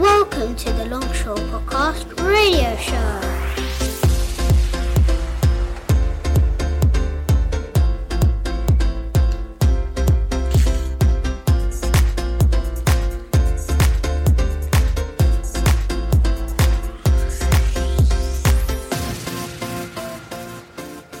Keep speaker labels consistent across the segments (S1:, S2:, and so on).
S1: welcome to the Longshore Podcast Radio Show.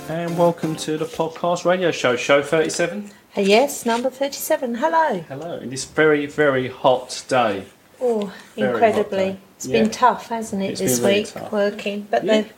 S2: And welcome to the podcast radio show, show 37.
S3: Uh, Yes, number 37. Hello.
S2: Hello, in this very, very hot day.
S3: Oh,
S2: Very hot
S3: incredibly.
S2: day.
S3: It's
S2: Yeah.
S3: been tough, hasn't it,
S2: It's
S3: this
S2: been really
S3: week
S2: tough.
S3: working? But
S2: Yeah.
S3: they've-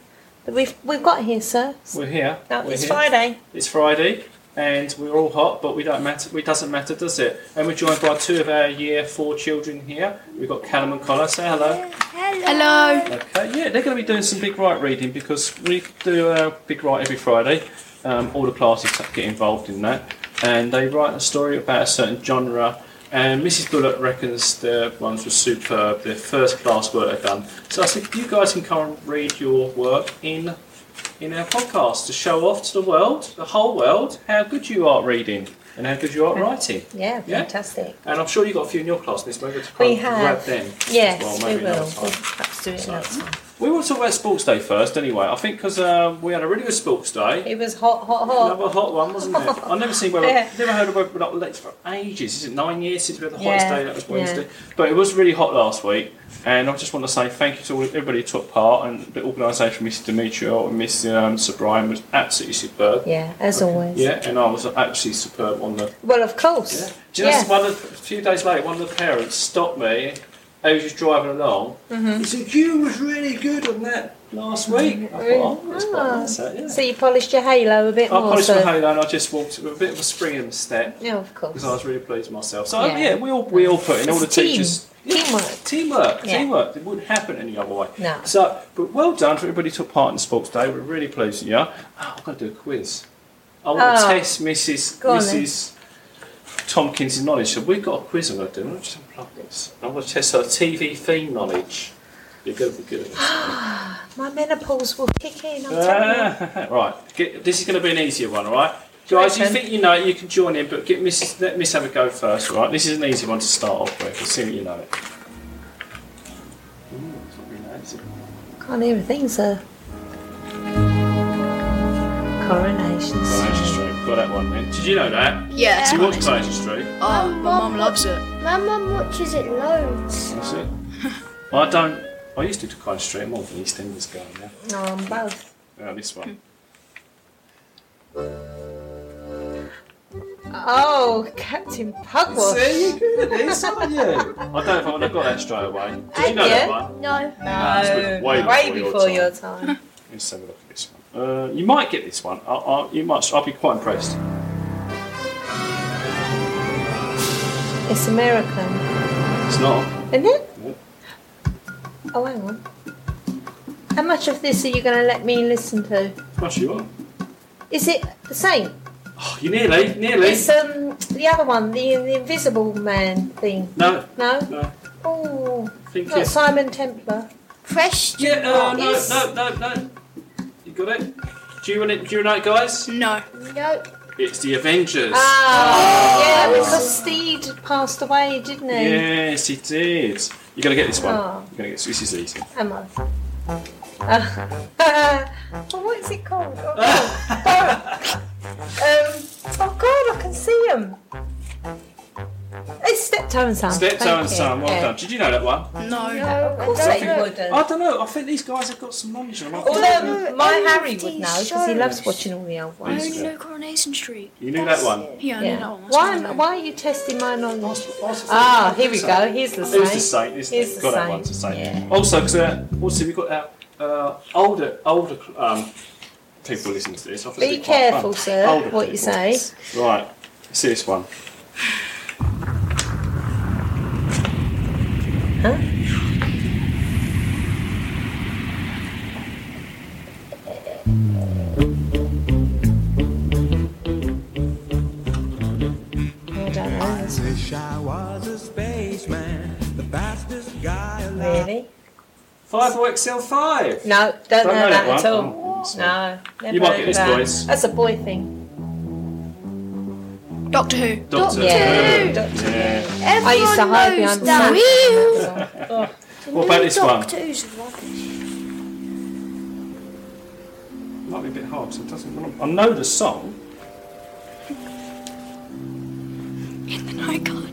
S3: but we've we've got here, sir.
S2: We're here.
S3: No,
S2: we're
S3: it's
S2: here.
S3: Friday.
S2: It's Friday, and we're all hot, but we don't matter. It doesn't matter, does it? And we're joined by two of our year four children here. We've got Callum and Connor. Say hello.
S4: Hello.
S2: Okay, yeah, they're going to be doing some big right reading because we do a big right every Friday. Um, all the classes get involved in that, and they write a story about a certain genre. And Mrs. Bullock reckons the ones were superb, their first class work they've done. So I said, you guys can come and read your work in in our podcast to show off to the world, the whole world, how good you are at reading and how good you are at writing.
S3: Yeah,
S2: Yeah.
S3: fantastic.
S2: And I'm sure you've got a few in your class, Miss Mogul, to
S3: We
S2: come grab
S3: have.
S2: them.
S3: Yes,
S2: Well,
S3: we
S2: maybe
S3: will.
S2: another time.
S3: We'll perhaps do it
S2: So-
S3: another time.
S2: We want to talk about Sports Day first, anyway. I think because uh, we had a really good Sports Day.
S3: It was hot, hot, hot.
S2: Another hot one, wasn't it? I've never seen weather,
S3: Yeah.
S2: never heard of weather like this for ages. Is it nine years since we had the hottest
S3: Yeah,
S2: day? That was
S3: yeah.
S2: Wednesday. But it was really hot last week, and I just want to say thank you to all, everybody who took part and the organisation, Mrs. Demetrio and Miss um, Sir Brian, was absolutely superb.
S3: Yeah, as always.
S2: Yeah, and I was absolutely superb on the
S3: Well, of
S2: yeah.
S3: course.
S2: Do you know,
S3: Yeah.
S2: one of, a few days later, one of the parents stopped me. I was just driving along.
S3: Mm-hmm.
S2: He said, "You was really good on that last week." I thought, "Oh, that's quite
S3: Ah.
S2: nice, that, yeah."
S3: So you polished your halo a bit
S2: I
S3: more.
S2: polished
S3: so.
S2: my halo and I just walked with a bit of a spring in the step
S3: Yeah, of course.
S2: because I was really pleased with myself. So yeah,
S3: Yeah.
S2: we all we all put in all the
S3: It's a team.
S2: teachers.
S3: Teamwork.
S2: Teamwork,
S3: Yeah.
S2: teamwork. It wouldn't happen any other way.
S3: No.
S2: So, but well done for everybody who took part in Sports Day. We're really pleased with you. Oh, I've got to do a quiz. I want to
S3: Oh.
S2: test Mrs.
S3: Go on
S2: Mrs. Tompkins' knowledge. So we've got a quiz I'm going to do. I'm just unplug this. I want to test her TV theme knowledge. You're going to be good at this.
S3: My menopause will kick in, I'm telling you.
S2: Ah, right. Get, this is going to be an easier one, all right? Guys, you
S3: Reckon.
S2: think you know it, you can join in, but get Mrs. let Miss have a go first, all right? This is an easy one to start off with. We'll see what you know it. Ooh, it's not really that easy. Ah.
S3: Can't hear a thing, sir. Coronations.
S2: Coronation Street. Got that one then. Did you know that?
S4: Yeah.
S2: You watched Coronation Street.
S4: Oh, my mum loves it.
S1: My mum watches it loads.
S2: That's it. I don't. I used to do Coronation Street. I'm more of an EastEnders guy now.
S3: No, I'm Um, both.
S2: Uh, this one.
S3: Oh, Captain Pugwash.
S2: See, you're good at this, aren't you? I don't know if I would have got that straight away. Did you know that
S3: Yeah.
S2: one?
S1: No.
S2: it's been way before your time.
S3: time.
S2: Let's have a look at this one. Uh, you might get this one. I, I, you might. I'll be quite impressed.
S3: It's American,
S2: It's not.
S3: isn't it?
S2: Nope.
S3: Oh, hang on. How much of this are you going to let me listen to?
S2: Gosh, you are.
S3: Is it the same?
S2: Oh, you nearly, nearly.
S3: It's um the other one, the, the Invisible Man thing.
S2: No,
S3: No.
S2: no.
S3: Oh,
S2: Think
S3: not
S2: yes.
S3: Simon Templar.
S1: Question.
S2: Yeah, uh, no,
S1: is-
S2: no, no, no. You got it. Do you want it? Do you know it, guys?
S4: No.
S1: No.
S2: It's the Avengers.
S3: Ah, yeah, because Steed passed away, didn't he?
S2: Yes, it is. You're gonna get this one.
S3: Oh.
S2: You're gonna get this. This is easy.
S3: Am I? Oh, Uh, what is it called? Oh, God. um, oh God, I can see him. It's Steptoe and Son.
S2: Steptoe
S3: thank
S2: and
S3: you.
S2: Son. Well
S3: Yeah.
S2: done. Did you know that one?
S1: No.
S4: No.
S3: Of course
S1: I
S3: they
S1: don't know.
S3: would.
S2: I don't know. I think these guys have got some knowledge. on them. I think-
S3: Although my
S1: Oh,
S3: Harry would
S1: these
S3: know because he loves
S1: shows.
S3: watching all the old
S2: I
S4: I
S3: ones.
S2: These-
S4: only
S2: only know
S4: know Coronation Street.
S2: You knew that one.
S1: It.
S4: Yeah, I know that
S3: Yeah.
S4: one.
S3: Why, am- why are you testing my knowledge?
S2: Ask- ask-
S3: Ah, here we go. Here's the
S2: It was the
S3: same.
S2: same. Isn't
S3: It's
S2: it?
S3: the
S2: got that
S3: same,
S2: one. It's the same.
S3: yeah.
S2: Also, because uh, also we've got our uh, older older um, people listening to this. I think
S3: Be
S2: it'd quite
S3: careful,
S2: fun.
S3: sir,
S2: Older
S3: what you
S2: people.
S3: say.
S2: Right. Let's see this one.
S3: Huh? I don't know this
S5: Wish I was a spaceman, the fastest guy alive.
S3: really.
S2: Five XL five.
S3: No, don't, know, that at
S2: one.
S3: all.
S2: Oh, this one.
S3: No, never
S2: You might
S3: heard
S2: get
S3: of
S2: this,
S3: that.
S2: boys.
S3: That's a boy thing.
S4: Doctor Who.
S2: Doctor
S3: yeah.
S2: Who.
S3: Doctor
S2: Yeah.
S1: Oh,
S3: I used to hide behind
S1: that.
S3: the wheels.
S2: What about this one?
S1: Doctor Who's rubbish.
S2: Might be a bit hard 'cause it doesn't. I know the song.
S4: In the night garden.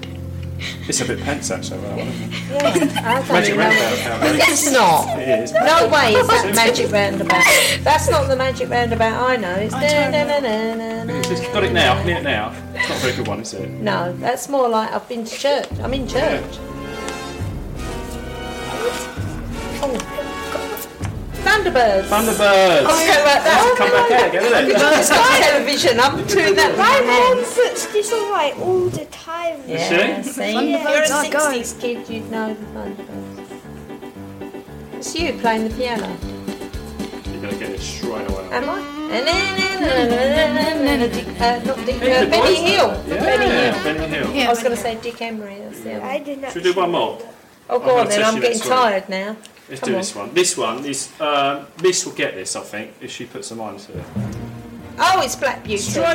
S2: It's a bit pants actually. That one. isn't it?
S3: I don't
S2: Magic
S3: know.
S2: roundabout. apparently.
S3: It's not.
S2: It is.
S3: No way is that magic roundabout. That's not the magic roundabout I know. It's da, da, da, da, da, da,
S2: It's just- got it now. Near it now. It's not a very good one, is it?
S3: No, that's more like I've been to church. I'm in church. Oh, Thunderbirds.
S2: Thunderbirds.
S3: I'm going like that.
S2: Come back out again, isn't it?
S3: It's my television. I'm doing that right now.
S1: puts this away all the time.
S3: Yeah,
S2: see?
S3: see? You're a
S4: Thunderbirds are going.
S3: 60s kid, you'd know the Thunderbirds. It's you playing the piano.
S2: You're gonna get it straight away.
S3: Am I? Uh, not Dick,
S2: Hey,
S3: uh,
S2: good
S3: Benny
S2: voice.
S3: Hill.
S2: Yeah,
S3: Benny Hill.
S2: Benny Hill.
S4: Yeah,
S3: I was
S4: but-
S3: going to say Dick Emery. That's the other. one.
S1: did not.
S2: Should we do one more?
S3: Oh,
S2: I'm
S3: go on
S2: gonna
S3: then.
S2: test
S3: I'm
S2: you
S3: getting
S2: next one.
S3: tired now.
S2: Let's
S3: Come
S2: do
S3: on.
S2: this one. This one is. Um, Miss will get this, I think, if she puts her mind to it.
S3: Oh, it's Black Beauty.
S2: Straight
S3: That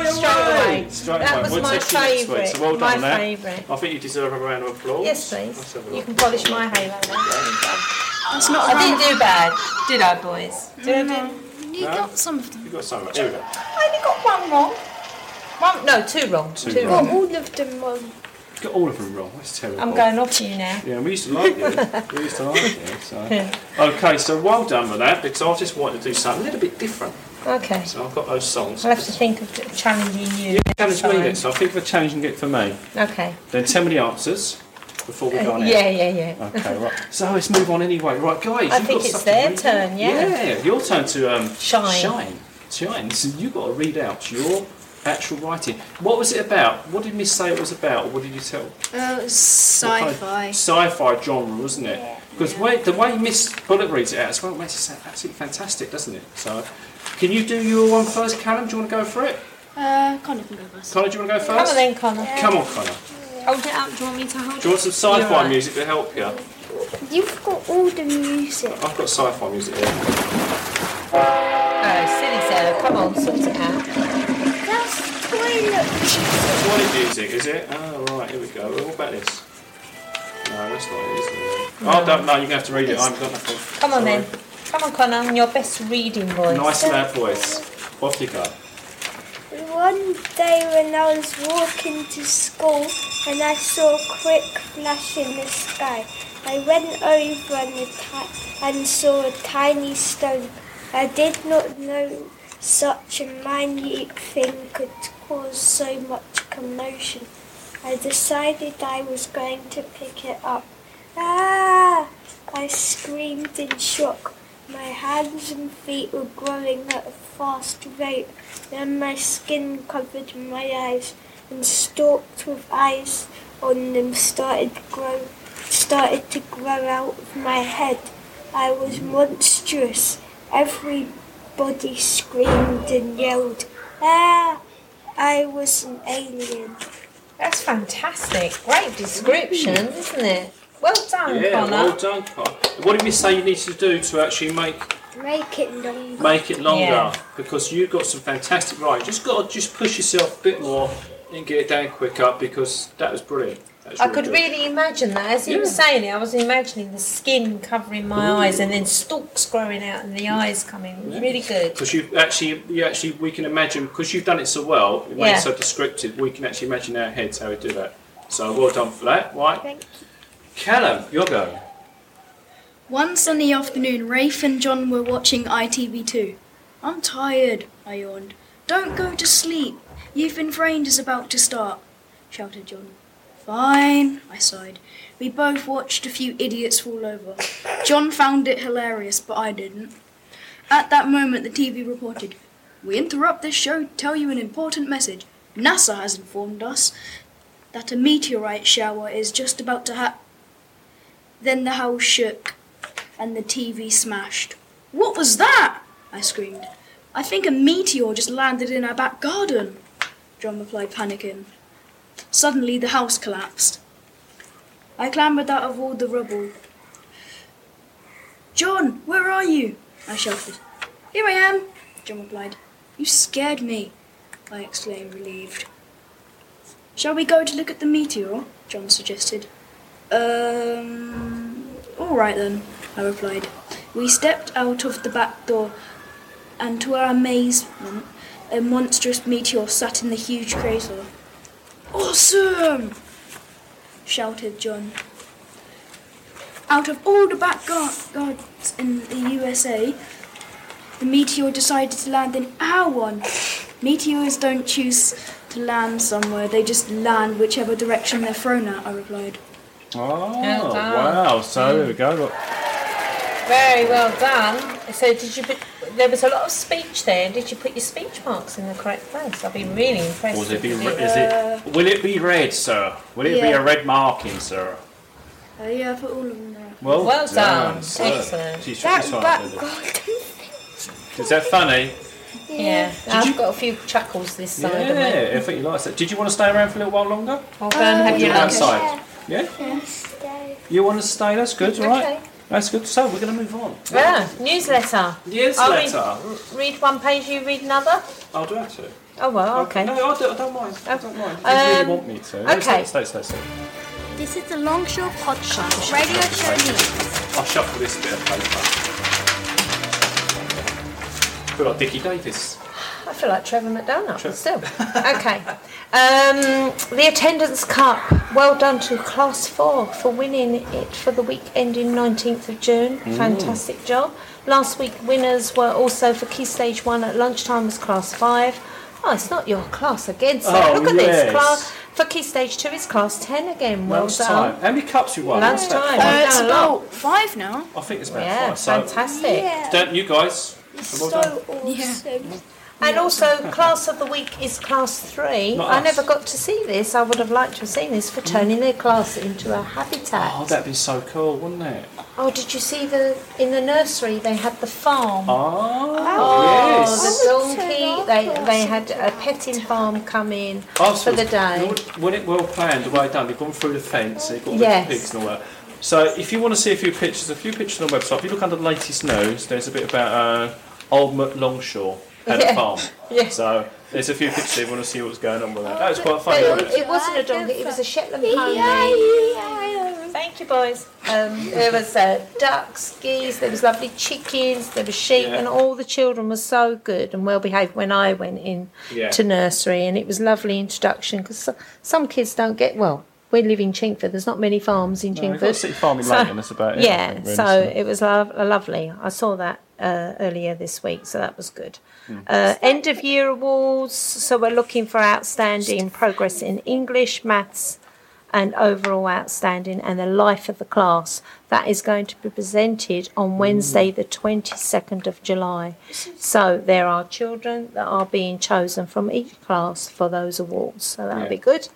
S2: away.
S3: was
S2: We'll
S3: my
S2: test you next week,
S3: favourite.
S2: So well
S3: my
S2: done on that.
S3: favourite.
S2: I think you deserve a round of applause.
S3: Yes,
S2: Let's
S3: please.
S2: have a
S3: You
S2: look.
S3: can polish my halo. I
S4: That's not a
S3: didn't
S4: round.
S3: do bad, did I, boys? Did I do?
S4: You got some of them.
S2: You've got so much. Here we go.
S3: I only got one wrong. One, no, two wrong.
S2: Two
S3: two
S2: wrong.
S3: wrong.
S1: Got all of them wrong.
S2: You've got all of them wrong. That's terrible.
S3: I'm going off you now.
S2: Yeah, we used to like you. we used to like you. So. Okay, so well done with that because I was just wanting to do something a little bit different.
S3: Okay.
S2: So I've got those songs.
S3: I'll have to think of challenging you.
S2: Challenge me
S3: Sorry.
S2: then. So I think of a challenge you can get for me.
S3: Okay.
S2: Then tell me the answers before we go on air.
S3: Yeah, yeah, yeah.
S2: Okay, right. So let's move on anyway. Right, guys.
S3: I
S2: you've
S3: think
S2: got
S3: it's
S2: stuff
S3: their
S2: to read.
S3: turn, yeah.
S2: Yeah, your turn to um,
S3: Shine.
S2: Shine. Shine. So you've got to read out your actual writing. What was it about? What did Miss say it was about? What did you tell?
S4: Uh,
S2: what kind of
S4: sci-fi.
S2: Sci-fi genre, wasn't it? Because the way Miss Bullet reads it out as well it makes it sound absolutely fantastic, doesn't it? So, can you do your one first, Callum? Do you want to go for it?
S4: Uh, can't even go first.
S2: Connor, do you want to go
S3: Come
S2: first?
S3: on then, Connor.
S2: Come on, Connor.
S3: Hold it up. Do you want me to hold
S2: Do you want some sci-fi
S3: You're right.
S2: music to help you? I've
S1: You've got all the music.
S2: got sci-fi music here.
S3: Oh, silly Sarah. Come on, sort it out.
S1: That's toilet.
S2: That's wanted music, is it? Oh, right, here we go. What about this? No, that's not it, is it? No. Oh, don't, no, you're going to have to read it. I've got nothing.
S3: Come on
S2: Sorry.
S3: then. Come on, Connor. I'm your best reading voice.
S2: Nice loud voice. Off you go.
S1: One day when I was walking to school and I saw a quick flash in the sky, I went over and, the ti- and saw a tiny stone. I did not know such a minute thing could cause so much commotion. I decided I was going to pick it up. Ah! I screamed in shock. My hands and feet were growing at a fast rate, and my skin covered my eyes, and stalked with eyes on them started grow started to grow out of my head. I was monstrous. Everybody screamed and yelled. Ah! I was an alien.
S3: That's fantastic. Great description, isn't it? Well done,
S2: Yeah,
S3: Connor.
S2: well done, Connor. What did we say you need to do to actually make
S1: Make it longer.
S2: make it longer?
S3: Yeah.
S2: Because you've got some fantastic writing. Just got to just push yourself a bit more and get it down quicker because that was brilliant. That was
S3: I could
S2: good.
S3: really imagine that. As he was
S2: Yeah.
S3: saying it, I was imagining the skin covering my eyes and then stalks growing out and the eyes coming. Really good.
S2: Because you actually, you actually, we can imagine because you've done it so well, it made
S3: Yeah.
S2: it so descriptive. We can actually imagine in our heads how we do that. So well done for that, right?
S1: Thank you.
S2: Callum, you're going.
S4: One sunny afternoon, Rafe and John were watching ITV2. I'm tired, I yawned. Don't go to sleep. You've been framed is about to start, shouted John. Fine, I sighed. We both watched a few idiots fall over. John found it hilarious, but I didn't. At that moment, the TV reported We interrupt this show to tell you an important message. NASA has informed us that a meteorite shower is just about to happen. Then the house shook and the TV smashed. What was that? I screamed. I think a meteor just landed in our back garden, John replied, panicking. Suddenly, the house collapsed. I clambered out of all the rubble. John, where are you? I shouted. Here I am, John replied. You scared me, I exclaimed, relieved. Shall we go to look at the meteor? John suggested. Um, All right then, I replied. We stepped out of the back door, and to our amazement, a monstrous meteor sat in the huge crater. Awesome! shouted John. Out of all the backyards in the USA, the meteor decided to land in our one. Meteors don't choose to land somewhere, they just land whichever direction they're thrown at, I replied.
S2: Oh,
S3: Yeah, done.
S2: wow. So there we go. Look.
S3: Very well done. So did you put, there was a lot of speech there. Did you put your speech marks in the correct place? I've been really impressed.
S2: Will it
S3: with
S2: be,
S3: you.
S2: re- is it, will it be red, sir? Will it be
S4: Yeah.
S2: a red marking, sir?
S4: Uh, yeah, I put all of them there.
S2: Well,
S3: Well done.
S2: sir.
S3: Excellent.
S2: She's
S1: That
S2: she's
S1: back
S2: fine with
S1: garden.
S2: it. Is that funny?
S3: yeah. I've
S2: you-
S3: got a few chuckles this side of me.
S2: Yeah, I think you like that. Did you want to stay around for a little while longer?
S3: I'll go and have
S2: Or do you
S3: your
S2: want
S3: lunch.
S2: to go outside? Yeah?
S1: Yes.
S2: You want to stay? That's good, all right?
S3: Okay.
S2: That's good. So we're going to move on.
S3: Yeah, Ah, newsletter.
S2: Yes,
S3: I'll
S2: letter.
S3: Read, read one page, you read another.
S2: I'll do that too.
S3: Oh well, okay.
S2: No, I don't, I don't mind. I don't mind. If you
S3: Um,
S2: really want me to. No,
S3: okay.
S2: Stay, stay, stay. stay.
S6: This is the Longshore Podcast, Radio Show News.
S2: I'll shuffle this bit of paper. Feel like Dickie Davis.
S3: I feel like Trevor McDonald but still. okay. Um, the attendance cup. Well done to class four for winning it for the week ending 19th of June.
S2: Mm.
S3: Fantastic job. Last week winners were also for key stage one at lunchtime was class five. Oh, it's not your class again. So
S2: Oh,
S3: look at
S2: yes.
S3: this class for key stage two. It's class ten again. Well
S2: Lunchtime.
S3: done.
S2: How many cups you won? What's that?
S3: Lunchtime.
S2: Five?
S3: Well
S4: Uh, it's
S3: done a lot.
S4: about five now.
S2: I think it's about
S3: Yeah,
S2: five.
S3: fantastic.
S1: Yeah.
S2: So, don't you guys?
S1: So
S2: Well done.
S1: awesome.
S3: And also, class of the week is class three.
S2: Not
S3: I
S2: us.
S3: never got to see this. I would have liked to have seen this for turning their class into a habitat.
S2: Oh,
S3: Oh,
S2: that'd be so cool, wouldn't it?
S3: did you see the in the nursery? They had the farm.
S2: Oh,
S3: Oh,
S2: yes.
S3: the
S1: I would
S3: donkey.
S1: say
S3: They
S1: that
S3: they
S1: was
S3: had a petting farm come in
S2: Oh,
S3: for the day.
S2: When it well planned, the way done, they've gone through the fence, they've got
S3: Yes.
S2: the pigs and all that. So if you want to see a few pictures, a few pictures on the website, if you look under the latest news, there's a bit about uh, Old Mutt Longshore had
S3: Yeah.
S2: a farm.
S3: Yeah.
S2: So there's a few pictures if you want to see what's going on with that. That was quite
S3: But
S2: funny, wasn't
S3: it,
S2: it?
S3: it wasn't a donkey. It was a Shetland pony. Thank you, boys. Um, there was uh, ducks, geese, there was lovely chickens, there was sheep,
S2: Yeah.
S3: and all the children were so good and well behaved when I went in
S2: Yeah.
S3: to nursery, and it was lovely introduction because some kids don't get well. We live in Chingford. There's not many farms in
S2: No, we've got a
S3: Chingford.
S2: city farm in
S3: So-
S2: London, that's about it. I
S3: yeah,
S2: think, really,
S3: so
S2: isn't it?
S3: it was lo- lovely. I saw that uh, earlier this week, so that was good.
S2: Hmm.
S3: Uh, end of year awards. So we're looking for outstanding progress in English, maths, and overall outstanding, and the life of the class. That is going to be presented on Wednesday,
S2: Mm.
S3: the 22nd of July. So there are children that are being chosen from each class for those awards. So that'll
S2: Yeah.
S3: be good.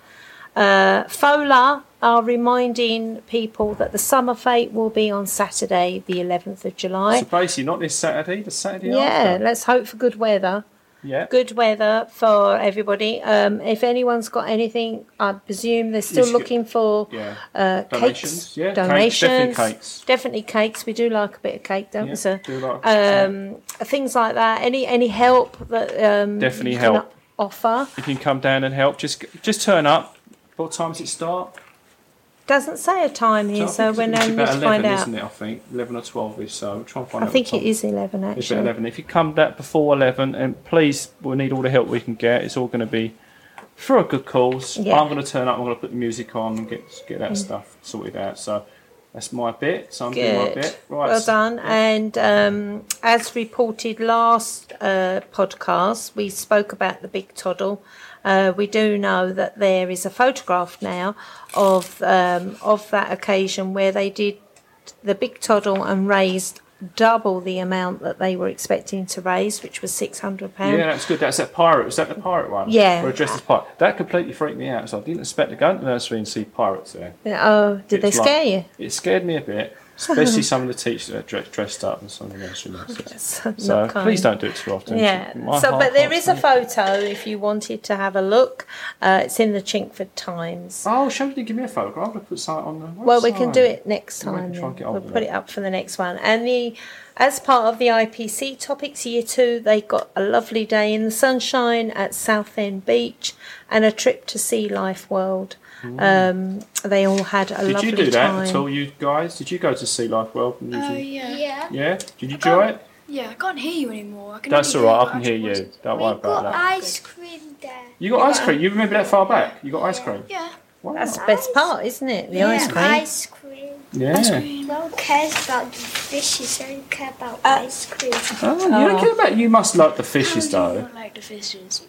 S3: Uh, FOLA are reminding people that the summer fete will be on Saturday, the 11th of July.
S2: So basically, not this Saturday, the Saturday
S3: yeah,
S2: after.
S3: let's hope for good weather.
S2: Yeah.
S3: Good weather for everybody. Um, if anyone's got anything, I presume they're still
S2: should-
S3: looking for
S2: Yeah.
S3: uh,
S2: Donations,
S3: cakes,
S2: yeah, cakes,
S3: donations,
S2: definitely cakes.
S3: definitely cakes. We do like a bit of cake, don't we,
S2: Yeah,
S3: sir?
S2: do like a
S3: um, things like that. Any any help that um,
S2: Definitely
S3: you can
S2: help.
S3: offer
S2: If you can come down and help, just just turn up. What time does it start?
S3: doesn't say a time
S2: So
S3: here,
S2: I
S3: so
S2: think
S3: we're
S2: it's
S3: now
S2: about
S3: need to
S2: 11,
S3: find out.
S2: isn't it? I think 11 or 12 is so. We'll try and find
S3: I
S2: out.
S3: think
S2: what
S3: it
S2: time.
S3: is 11
S2: It's about
S3: actually.
S2: 11. If you come back before 11, and please, we need all the help we can get. It's all going to be for a good cause.
S3: Yeah. Mm.
S2: I'm going to turn up. I'm going to put the music on and get get that stuff sorted out. So that's my bit. So I'm doing my
S3: Good.
S2: bit. Right.
S3: Well
S2: so-
S3: done. And um, as reported last uh, podcast, we spoke about the big toddle. Uh, we do know that there is a photograph now of um, of that occasion where they did the big toddle and raised double the amount that they were expecting to raise, which was six hundred pounds.
S2: Yeah, that's good. That's that pirate. Was that the pirate one?
S3: Yeah.
S2: Where dressed as pirate. That completely freaked me out. So I didn't expect to go into the nursery and see pirates there.
S3: Oh, did they
S2: It's like-
S3: scare you?
S2: It scared me a bit, especially some of the teachers that are dre- dressed up and some of the nursery nurses.
S3: Oh, Not
S2: So please don't
S3: kind.
S2: do it too often.
S3: Yeah.
S2: My
S3: So,
S2: heart
S3: but there
S2: can't
S3: is a
S2: take it.
S3: photo if you wanted to have a look. Uh, it's in the Chingford Times.
S2: Oh, shall you give me a photograph? I'm going to put something on the website.
S3: Well, we can do it next
S2: We might
S3: time.
S2: try and
S3: then.
S2: get on
S3: We'll
S2: with
S3: put
S2: it.
S3: it up for the next one. And the, as part of the IPC topics year two, they got a lovely day in the sunshine at Southend Beach and a trip to Sea Life World. Um, they all had a
S2: Did
S3: lovely
S2: you do that
S3: time.
S2: at all, you guys? Did you go to Sea Life World? in New
S4: Oh,
S2: Zealand?
S4: yeah. yeah.
S6: Yeah.
S2: yeah. Did you enjoy it?
S4: I can't hear you anymore. I can
S2: That's all
S4: only
S2: right. I
S4: what
S2: can hear you.
S4: voices.
S2: Don't
S1: We
S2: worry about
S1: got
S2: that.
S1: ice cream there.
S2: You got ice cream. You remember that far back? You got ice cream.
S4: Yeah.
S2: Wow.
S3: That's the best part, isn't it? The ice
S1: Yeah,
S3: cream.
S1: Ice cream.
S4: Ice
S2: yeah.
S4: cream.
S1: No one cares about the fishes. I don't care about
S3: Uh,
S1: ice cream.
S2: Oh, you don't
S3: Oh.
S2: care about. You must like the fishes
S4: How do
S2: though.
S4: you not like the fishes?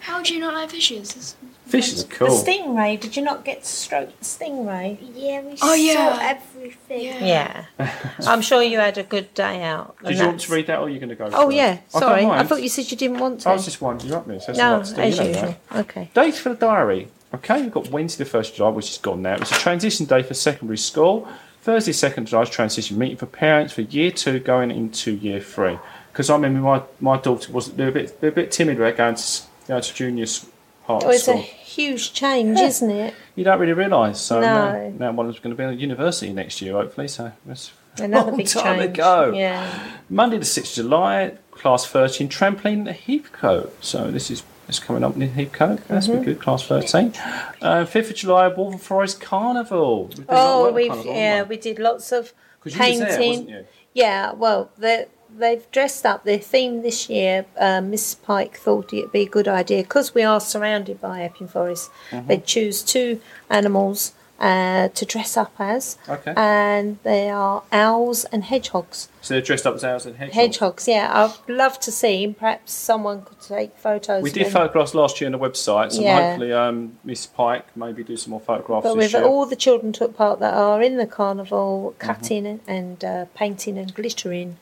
S4: How do you not like fishes? It's-
S2: Fishes are
S3: The
S2: cool.
S3: stingray. Did you not get to stroke the stingray?
S1: Yeah, we
S4: Oh, yeah.
S1: saw everything.
S4: Yeah.
S3: Yeah. I'm sure you had a good day out. and
S2: Did you want
S3: that's-
S2: to read that, or are you going to go?
S3: Oh
S2: for it?
S3: yeah.
S2: I don't
S3: Sorry, I
S2: mind.
S3: thought you said you didn't want to.
S2: I was just winding you up, Miss. That's
S3: no,
S2: all right, Steve,
S3: as
S2: you know that.
S3: usual. Okay.
S2: Dates for the diary. Okay, we've got Wednesday, the 1st of July, which is gone now. It's a transition day for secondary school. Thursday, 2nd of July is transition meeting for parents for year two going into year three. Because I remember my, my daughter was they're a bit they're a bit timid about going to, s- going to junior s- part
S3: Oh,
S2: of
S3: It was a
S2: school.
S3: huge change, isn't it?
S2: You don't really realise. So
S3: No.
S2: now, now one's going to be at university next year, hopefully. So that's
S3: Another
S2: Long
S3: big
S2: time
S3: change.
S2: ago.
S3: Yeah.
S2: Monday, the 6th of July, class 13, trampoline at Heathcote. So this is it's coming up in Heathcote. That's
S3: Mm-hmm.
S2: has been good, class 13. Uh, 5th of July, Waltham Forest Carnival. We did not
S3: Oh,
S2: work
S3: we've
S2: Carnival,
S3: yeah,
S2: didn't we?
S3: we did lots of
S2: 'Cause you
S3: painting.
S2: was there, wasn't you?
S3: Yeah, well, they they've dressed up their theme this year. Uh, Miss Pike thought it'd be a good idea because we are surrounded by Epping Forest.
S2: Mm-hmm.
S3: They choose two animals uh, to dress up as,
S2: Okay.
S3: and they are owls and hedgehogs.
S2: So they're dressed up as owls and hedgehogs.
S3: Hedgehogs, yeah, I'd love to see. 'em. Perhaps someone could take photos.
S2: We
S3: of
S2: did
S3: them.
S2: photographs last year on the website, so
S3: Yeah.
S2: hopefully um, Miss Pike maybe do some more photographs
S3: But
S2: this
S3: with
S2: year. Mm-hmm.
S3: all the children took part that are in the carnival, cutting and uh, painting and glittering.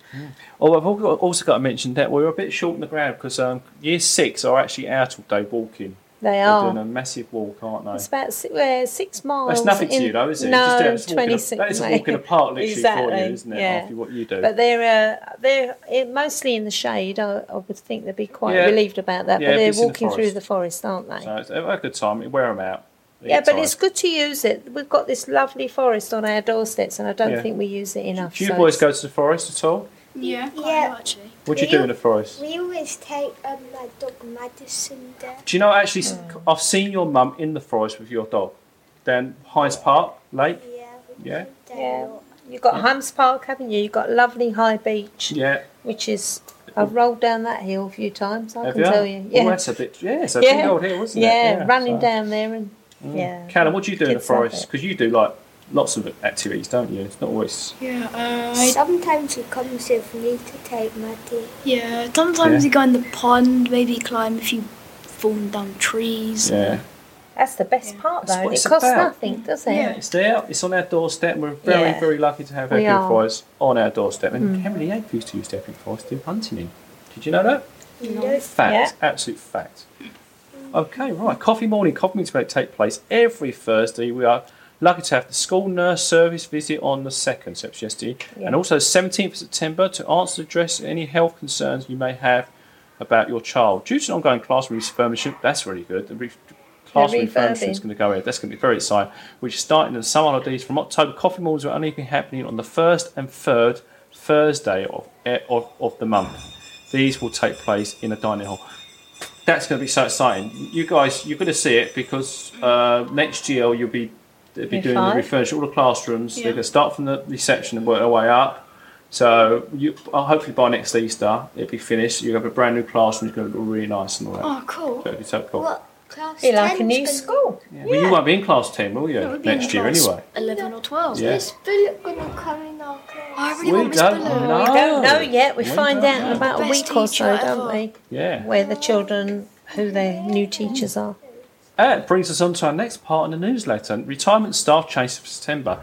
S2: Oh, I've al- also got to mention that we were a bit short on the ground because um, year six are actually out all day walking.
S3: They
S2: They're doing
S3: are.
S2: a massive walk, aren't they?
S3: It's about si uh, six miles.
S2: That's nothing to
S3: in-
S2: you, though, is it?
S3: No,
S2: Just, uh, it's walking a-
S3: 26
S2: That is a walk in a park, literally, for you,
S3: Exactly,
S2: isn't it?
S3: yeah.
S2: After what you do.
S3: But they're uh, they're eh, mostly in the shade. I, I would think they'd be quite
S2: Yeah.
S3: relieved about that.
S2: Yeah,
S3: but
S2: if
S3: they're
S2: it's in the
S3: walking through
S2: forest.
S3: the forest, aren't they?
S2: So it's a good time. You Wear them out. They
S3: yeah,
S2: get
S3: but
S2: tired.
S3: it's good to use it. We've got this lovely forest on our doorsteps, and I don't
S2: Yeah.
S3: think we use it enough.
S2: Do you
S3: so
S2: boys
S3: it's-
S2: go to the forest at all?
S4: Yeah, quite a
S1: Yeah.
S4: lot, actually.
S2: What do you
S1: We-
S2: do in the forest?
S1: We always take um, my dog Madison there.
S2: Do you know actually? s
S3: Mm.
S2: I've seen your mum in the forest with your dog, down Hyde's Park Lake.
S3: Mm.
S1: Yeah. we
S2: Yeah.
S1: go there a
S3: Yeah.
S1: lot.
S3: You've got Hams Park, haven't you? You've got lovely high beach,
S2: Yeah,
S3: which is. I've rolled down that hill a few times. I
S2: have
S3: can
S2: you?
S3: tell you.
S2: Oh,
S3: Yeah,
S2: that's a bit. Yeah, it's a
S3: Yeah.
S2: big old hill, isn't
S3: yeah,
S2: it?
S3: running
S2: so- Mm.
S3: down there and yeah.
S2: Callum, what do you do in the
S3: Kids love
S2: forest?
S3: it.
S2: Because you do like lots of activities, don't you? It's not always.
S4: Yeah, uh, I-
S1: Sometimes he comes with me to take my dog.
S4: yeah. Sometimes
S2: Yeah.
S4: you go in the pond, maybe climb a few fallen down trees.
S2: Yeah,
S3: That's the best
S4: Yeah. Mm.
S3: part,
S2: That's
S3: though.
S2: what
S3: and It
S2: it's
S3: costs
S2: about.
S3: nothing, does it?
S4: Yeah.
S2: it's there. It's on our doorstep. We're very,
S3: Yeah.
S2: very lucky to have
S3: We
S2: Epping
S3: are. Hmm.
S2: Forest on our doorstep. And how many Ape used to use Epping Forest in hunting in? Did you know that?
S1: You know,
S2: Fact, absolute fact. Okay, right. Coffee morning. Coffee meetings about take place every Thursday. We are lucky to have the school nurse service visit on the second, so that's yesterday, and also 17th of September to answer address any health concerns you may have about your child due to an ongoing classroom refurbishment. That's really good. The re- classroom refurbishment is
S3: refurbing.
S2: going to go in. That's going to be very exciting. Which is starting in the summer holidays from October. Coffee mornings will only be happening on the first and third Thursday of, eh, of, of the month. These will take place in a dining hall that's going to be so exciting. You guys, you're going to see it because uh, next year you'll be they'll be
S3: Year
S2: doing
S3: five?
S2: the refurnish all the classrooms.
S4: Yeah.
S2: They're going to start from the reception and work their way up. So you uh, hopefully by next Easter it'll be finished. You'll have a brand new classroom. It's going to look really nice and all that.
S4: Oh, cool.
S2: So it'll be so cool.
S1: What class?
S3: Be like a
S1: 10's
S3: new
S1: gonna-
S3: school.
S2: Yeah. Well, you won't be in class ten, will you?
S4: That would be in
S2: next year
S4: class
S2: anyway.
S4: Eleven or twelve.
S2: Yeah.
S1: Is Bullet gonna come in our
S4: Oh, I
S1: class?
S4: really want Miss
S2: don't
S4: Bullock.
S2: know.
S3: We don't know yet. We
S2: We
S3: find
S2: don't
S3: out
S2: know.
S3: in about a
S4: Best
S3: week or so,
S4: teacher
S3: don't
S4: ever.
S3: we?
S2: Yeah.
S3: Where the children, who their new teachers are.
S2: That brings us on to our next part in the newsletter retirement staff changes for September.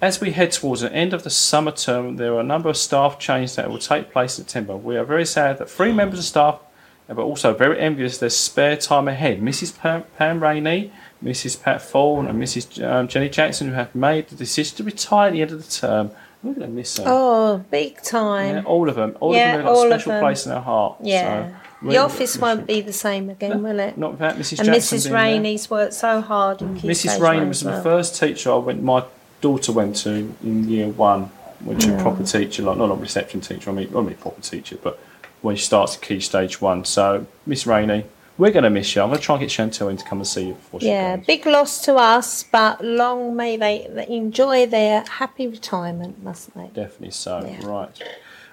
S2: As we head towards the end of the summer term, there are a number of staff changes that will take place in September. We are very sad that three members of staff, but also very envious their spare time ahead. Mrs. Pam, Pam Rainey, Mrs. Pat Thorne, and Mrs. Um, Jenny Jackson, who have made the decision to retire at the end of the term. We're going to miss them.
S3: Oh, big
S2: Yeah,
S3: time.
S2: all of them. All
S3: Yeah,
S2: of them
S3: all
S2: have
S3: of
S2: got a special
S3: them.
S2: place in our heart.
S3: Yeah.
S2: So,
S3: the
S2: really-
S3: office won't be the same again, will it?
S2: Not without Mrs.
S3: and
S2: Jackson
S3: Mrs.
S2: being there.
S3: Rainey's worked so hard. In Key
S2: Mrs.
S3: Stage
S2: Rainey
S3: One
S2: was
S3: as well.
S2: the first teacher I went. My daughter went to in year one, which a proper teacher, like not a reception teacher. I mean, I mean proper teacher, but when she starts at key stage one. So Miss Rainey, We're going to miss you. I'm going to try and get Chantel in to come and see you before she
S3: Yeah,
S2: goes.
S3: big loss to us, but long may they they enjoy their happy retirement, mustn't they?
S2: Definitely so.
S3: Yeah.
S2: Right.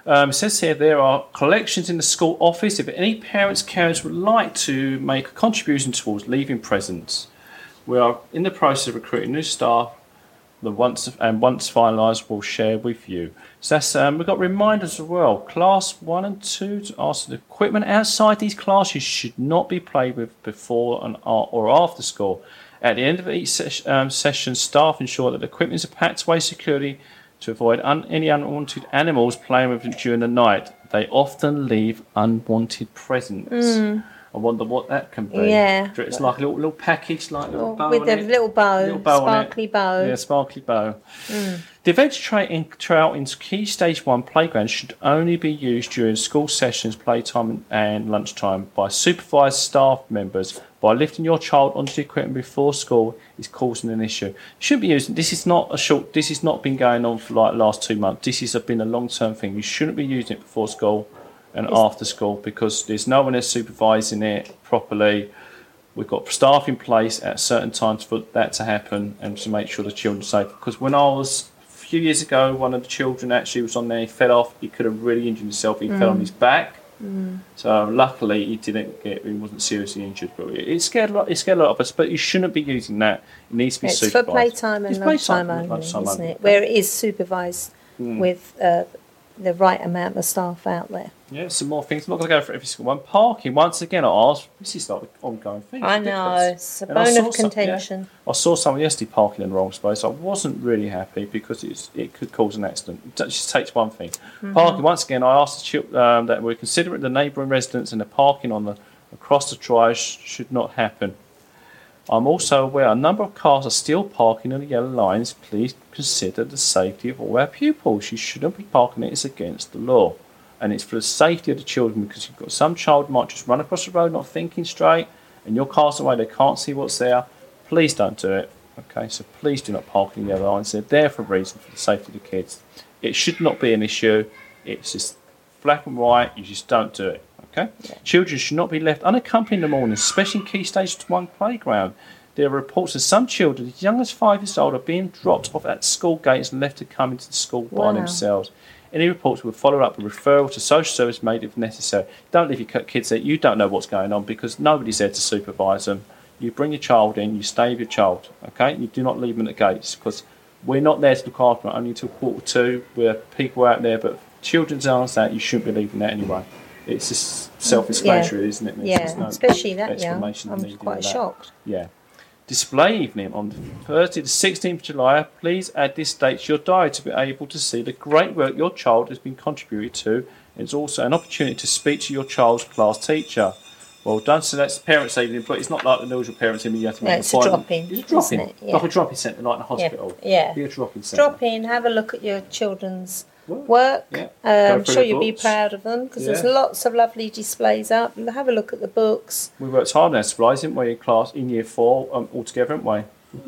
S2: Um, it says here there are collections in the school office. If any parents' carers would like to make a contribution towards leaving presents, we are in the process of recruiting new staff. The once and once finalised, we'll share with you. So that's, um, we've got reminders as well. Class one and two to ask that equipment outside these classes should not be played with before and a- or after school. At the end of each sesh- um, session, staff ensure that the equipment is packed away securely to avoid un- any unwanted animals playing with it during the night. They often leave unwanted presents. I wonder what that can be.
S3: Yeah.
S2: It's like a little, little package, like a little bow
S3: With
S2: on
S3: a
S2: it.
S3: little bow,
S2: Little bow on it.
S3: sparkly bow. Mm.
S2: Yeah, sparkly bow. The veg tray in, trail in key stage one playgrounds should only be used during school sessions, playtime, and lunchtime by supervised staff members. By lifting your child onto the equipment before school is causing an issue. Shouldn't be using this is not a short. This has not been going on for like last two months. This has been a long term thing. You shouldn't be using it before school and after school because there's no one there supervising it properly. We've got staff in place at certain times for that to happen and to make sure the children are safe. Because when I was a few years ago, one of the children actually was on there, he fell off, he could have really injured himself, he fell
S3: Mm.
S2: on his back. So luckily he didn't get, he wasn't seriously injured, but it it scared a lot. It scared a lot of us. But you shouldn't be using that. It needs to be
S3: It's for
S2: supervised.
S3: playtime and
S2: It's
S3: lunchtime
S2: and
S3: only,
S2: lunchtime
S3: isn't
S2: only. Mm.
S3: it? Where it is supervised with uh, the right amount of staff out there.
S2: Yeah, some more things. I'm not going to go for every single one. Parking, once again, I asked. This is like an ongoing thing. It's
S3: I know,
S2: ridiculous.
S3: it's a
S2: And I
S3: bone
S2: saw
S3: of
S2: some- yeah,
S3: contention.
S2: I saw someone yesterday parking in the wrong space. I wasn't really happy because it's, it could cause an accident. It just takes one thing. Parking, once again, I asked the chil- um, that we're considerate of the neighbouring residents and the parking on the across the drive sh- should not happen. I'm also aware a number of cars are still parking on the yellow lines. Please consider the safety of all our pupils. You shouldn't be parking it. It's against the law. And it's for the safety of the children because you've got some child might just run across the road not thinking straight and your car's away. They can't see what's there. Please don't do it. Okay, so please do not park in the yellow lines. They're there for a reason, for the safety of the kids. It should not be an issue. It's just black and white. You just don't do it. Okay? Children should not be left unaccompanied in the morning, especially in Key Stage 1 playground. There are reports of some children as young as five years old are being dropped off at school gates and left to come into the school
S3: Wow.
S2: by themselves. Any reports will follow up with referral to social service made if necessary. Don't leave your ki- kids there. You don't know what's going on because nobody's there to supervise them. You bring your child in, you stay with your child, okay? You do not leave them at the gates because we're not there to look after them only until quarter two. We're people out there, but children's arms that you shouldn't be leaving that anyway. It's just self explanatory, isn't it? There's
S3: Mm, yeah,
S2: just no
S3: especially that young.
S2: explanation
S3: I'm
S2: needed of
S3: quite
S2: that.
S3: shocked.
S2: Yeah. Display evening on Thursday, the 16th of July. Please add this date to your diary to be able to see the great work your child has been contributed to. It's also an opportunity to speak to your child's class teacher. Well done. So that's parents' evening, but it's not like the usual parents' evening. You have to
S3: No,
S2: make
S3: it's a
S2: an appointment.
S3: drop-in,
S2: It's a drop in.
S3: isn't it? Yeah.
S2: Like a drop in centre, like in a hospital.
S3: yeah.
S2: Be a drop in centre.
S3: Drop in, have a look at your children's
S2: Work.
S3: work.
S2: Yeah.
S3: Uh,
S2: Go
S3: I'm
S2: through
S3: sure
S2: the
S3: you'll be
S2: books.
S3: proud of them because there's
S2: Yeah.
S3: lots of lovely displays up. Have a look at the books.
S2: We worked hard on our displays, didn't we, in class, in year four, um, all together, didn't we?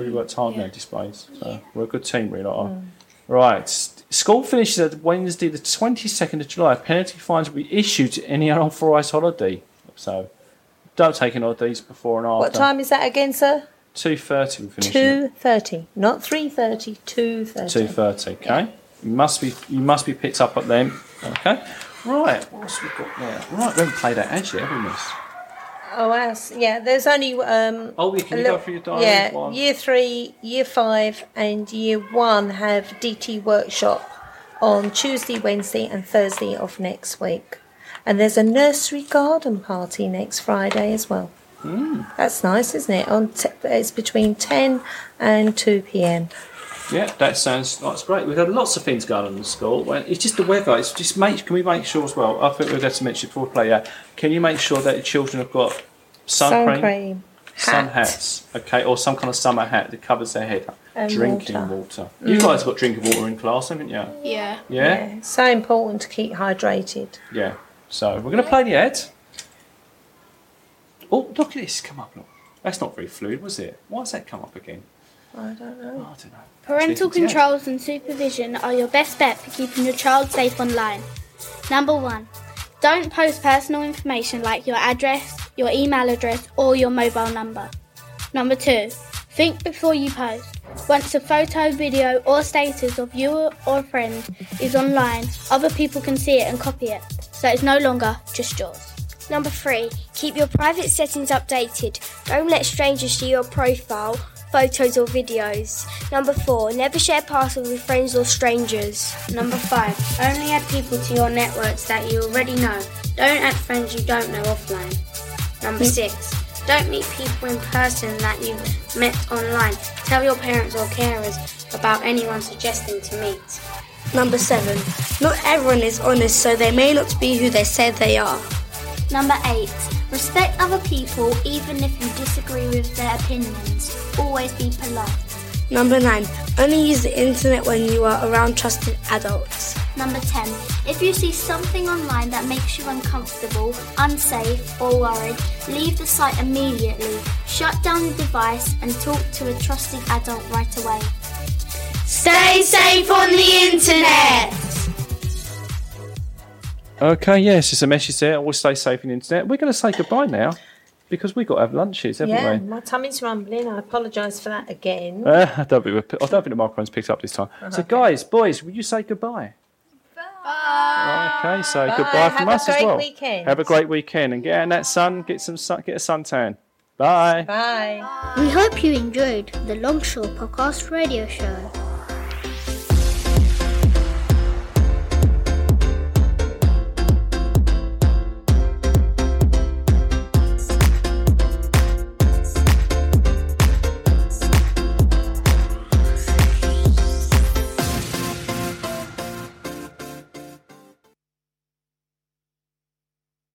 S2: We worked hard on our displays. So We're a good team, really. Like
S3: Mm.
S2: Right. s- School finishes at Wednesday, the 22nd of July. Penalty fines will be issued to any unauthorised holiday. So don't take any holidays before and after.
S3: What time is that again, sir?
S2: 2.30 we finish.
S3: Two thirty, not three thirty. Two
S2: Two
S3: thirty.
S2: thirty. Okay. You must be you must be picked up at them. Okay. Right. What else we got there? Right. We haven't played that edge yet, have we? miss?
S3: Oh, yes. yeah. There's only um,
S2: Oh, we can
S3: A
S2: you go
S3: little-
S2: through your diary.
S3: Yeah,
S2: while-
S3: year three, year five, and year one have DT workshop on Tuesday, Wednesday, and Thursday of next week. And there's a nursery garden party next Friday as well.
S2: Hmm.
S3: That's nice, isn't it? On t- it's between ten and two p.m.
S2: Yeah, that sounds that's great. We've had lots of things going on in school. Well, It's just the weather. It's just make. Can we make sure as well? I think we're going to mention before we play. Yeah, can you make sure that the children have got sun, cream, sun
S3: hat.
S2: hats, okay, or some kind of summer hat that covers their head?
S3: And
S2: drinking
S3: water. Mm.
S2: water. You guys got drinking water in class, haven't you? Yeah.
S4: Yeah.
S2: Yeah.
S3: Yeah, so important to keep hydrated.
S2: So we're going to play the ad. Oh, look at this! Come up, look. That's not very fluid, was it? Why has that come up again?
S3: I don't
S2: Oh,
S3: know.
S2: I don't know.
S6: Parental
S2: It's- yeah.
S6: controls and supervision are your best bet for keeping your child safe online. Number one, don't post personal information like your address,
S7: your email address, or your mobile number. Number two, think before you post. Once a photo, video, or status of you or a friend is online, other people can see it and copy it, so it's no longer just yours.
S1: Number three, keep your private settings updated. Don't let strangers see your profile, photos, or videos. Number four, never share passwords with friends or strangers.
S6: Number five, only add people to your networks that you already know. Don't add friends you don't know offline. Number
S8: Hmm.
S6: six, don't meet people in person that you've met online. Tell your parents or carers about anyone suggesting to meet.
S8: Number seven, not everyone is honest, so they may not be who they say they are.
S7: Number eight, respect other people even if you disagree with their opinions. Always be polite.
S8: Number nine, only use the internet when you are around trusted adults.
S7: Number 10, if you see something online that makes you uncomfortable, unsafe, or worried, leave the site immediately, shut down the device, and talk to a trusted adult right away.
S6: Stay safe on the internet!
S2: Okay, yes, it's a message there. Always stay safe in the internet. We're going to say goodbye now because we've got to have lunches, haven't
S3: Yeah,
S2: we?
S3: my tummy's rumbling. I apologise for that again.
S2: Uh, I, don't think we're- I don't think the microphone's picked up this time. So, guys, boys, will you say goodbye? Bye. Okay, so goodbye from
S3: Have a
S2: us as
S3: great
S2: well.
S3: weekend.
S2: Have a great weekend and get out in that sun. Get some sun. Get a suntan. Bye.
S3: Bye.
S6: We hope you enjoyed the Longshore Podcast Radio Show.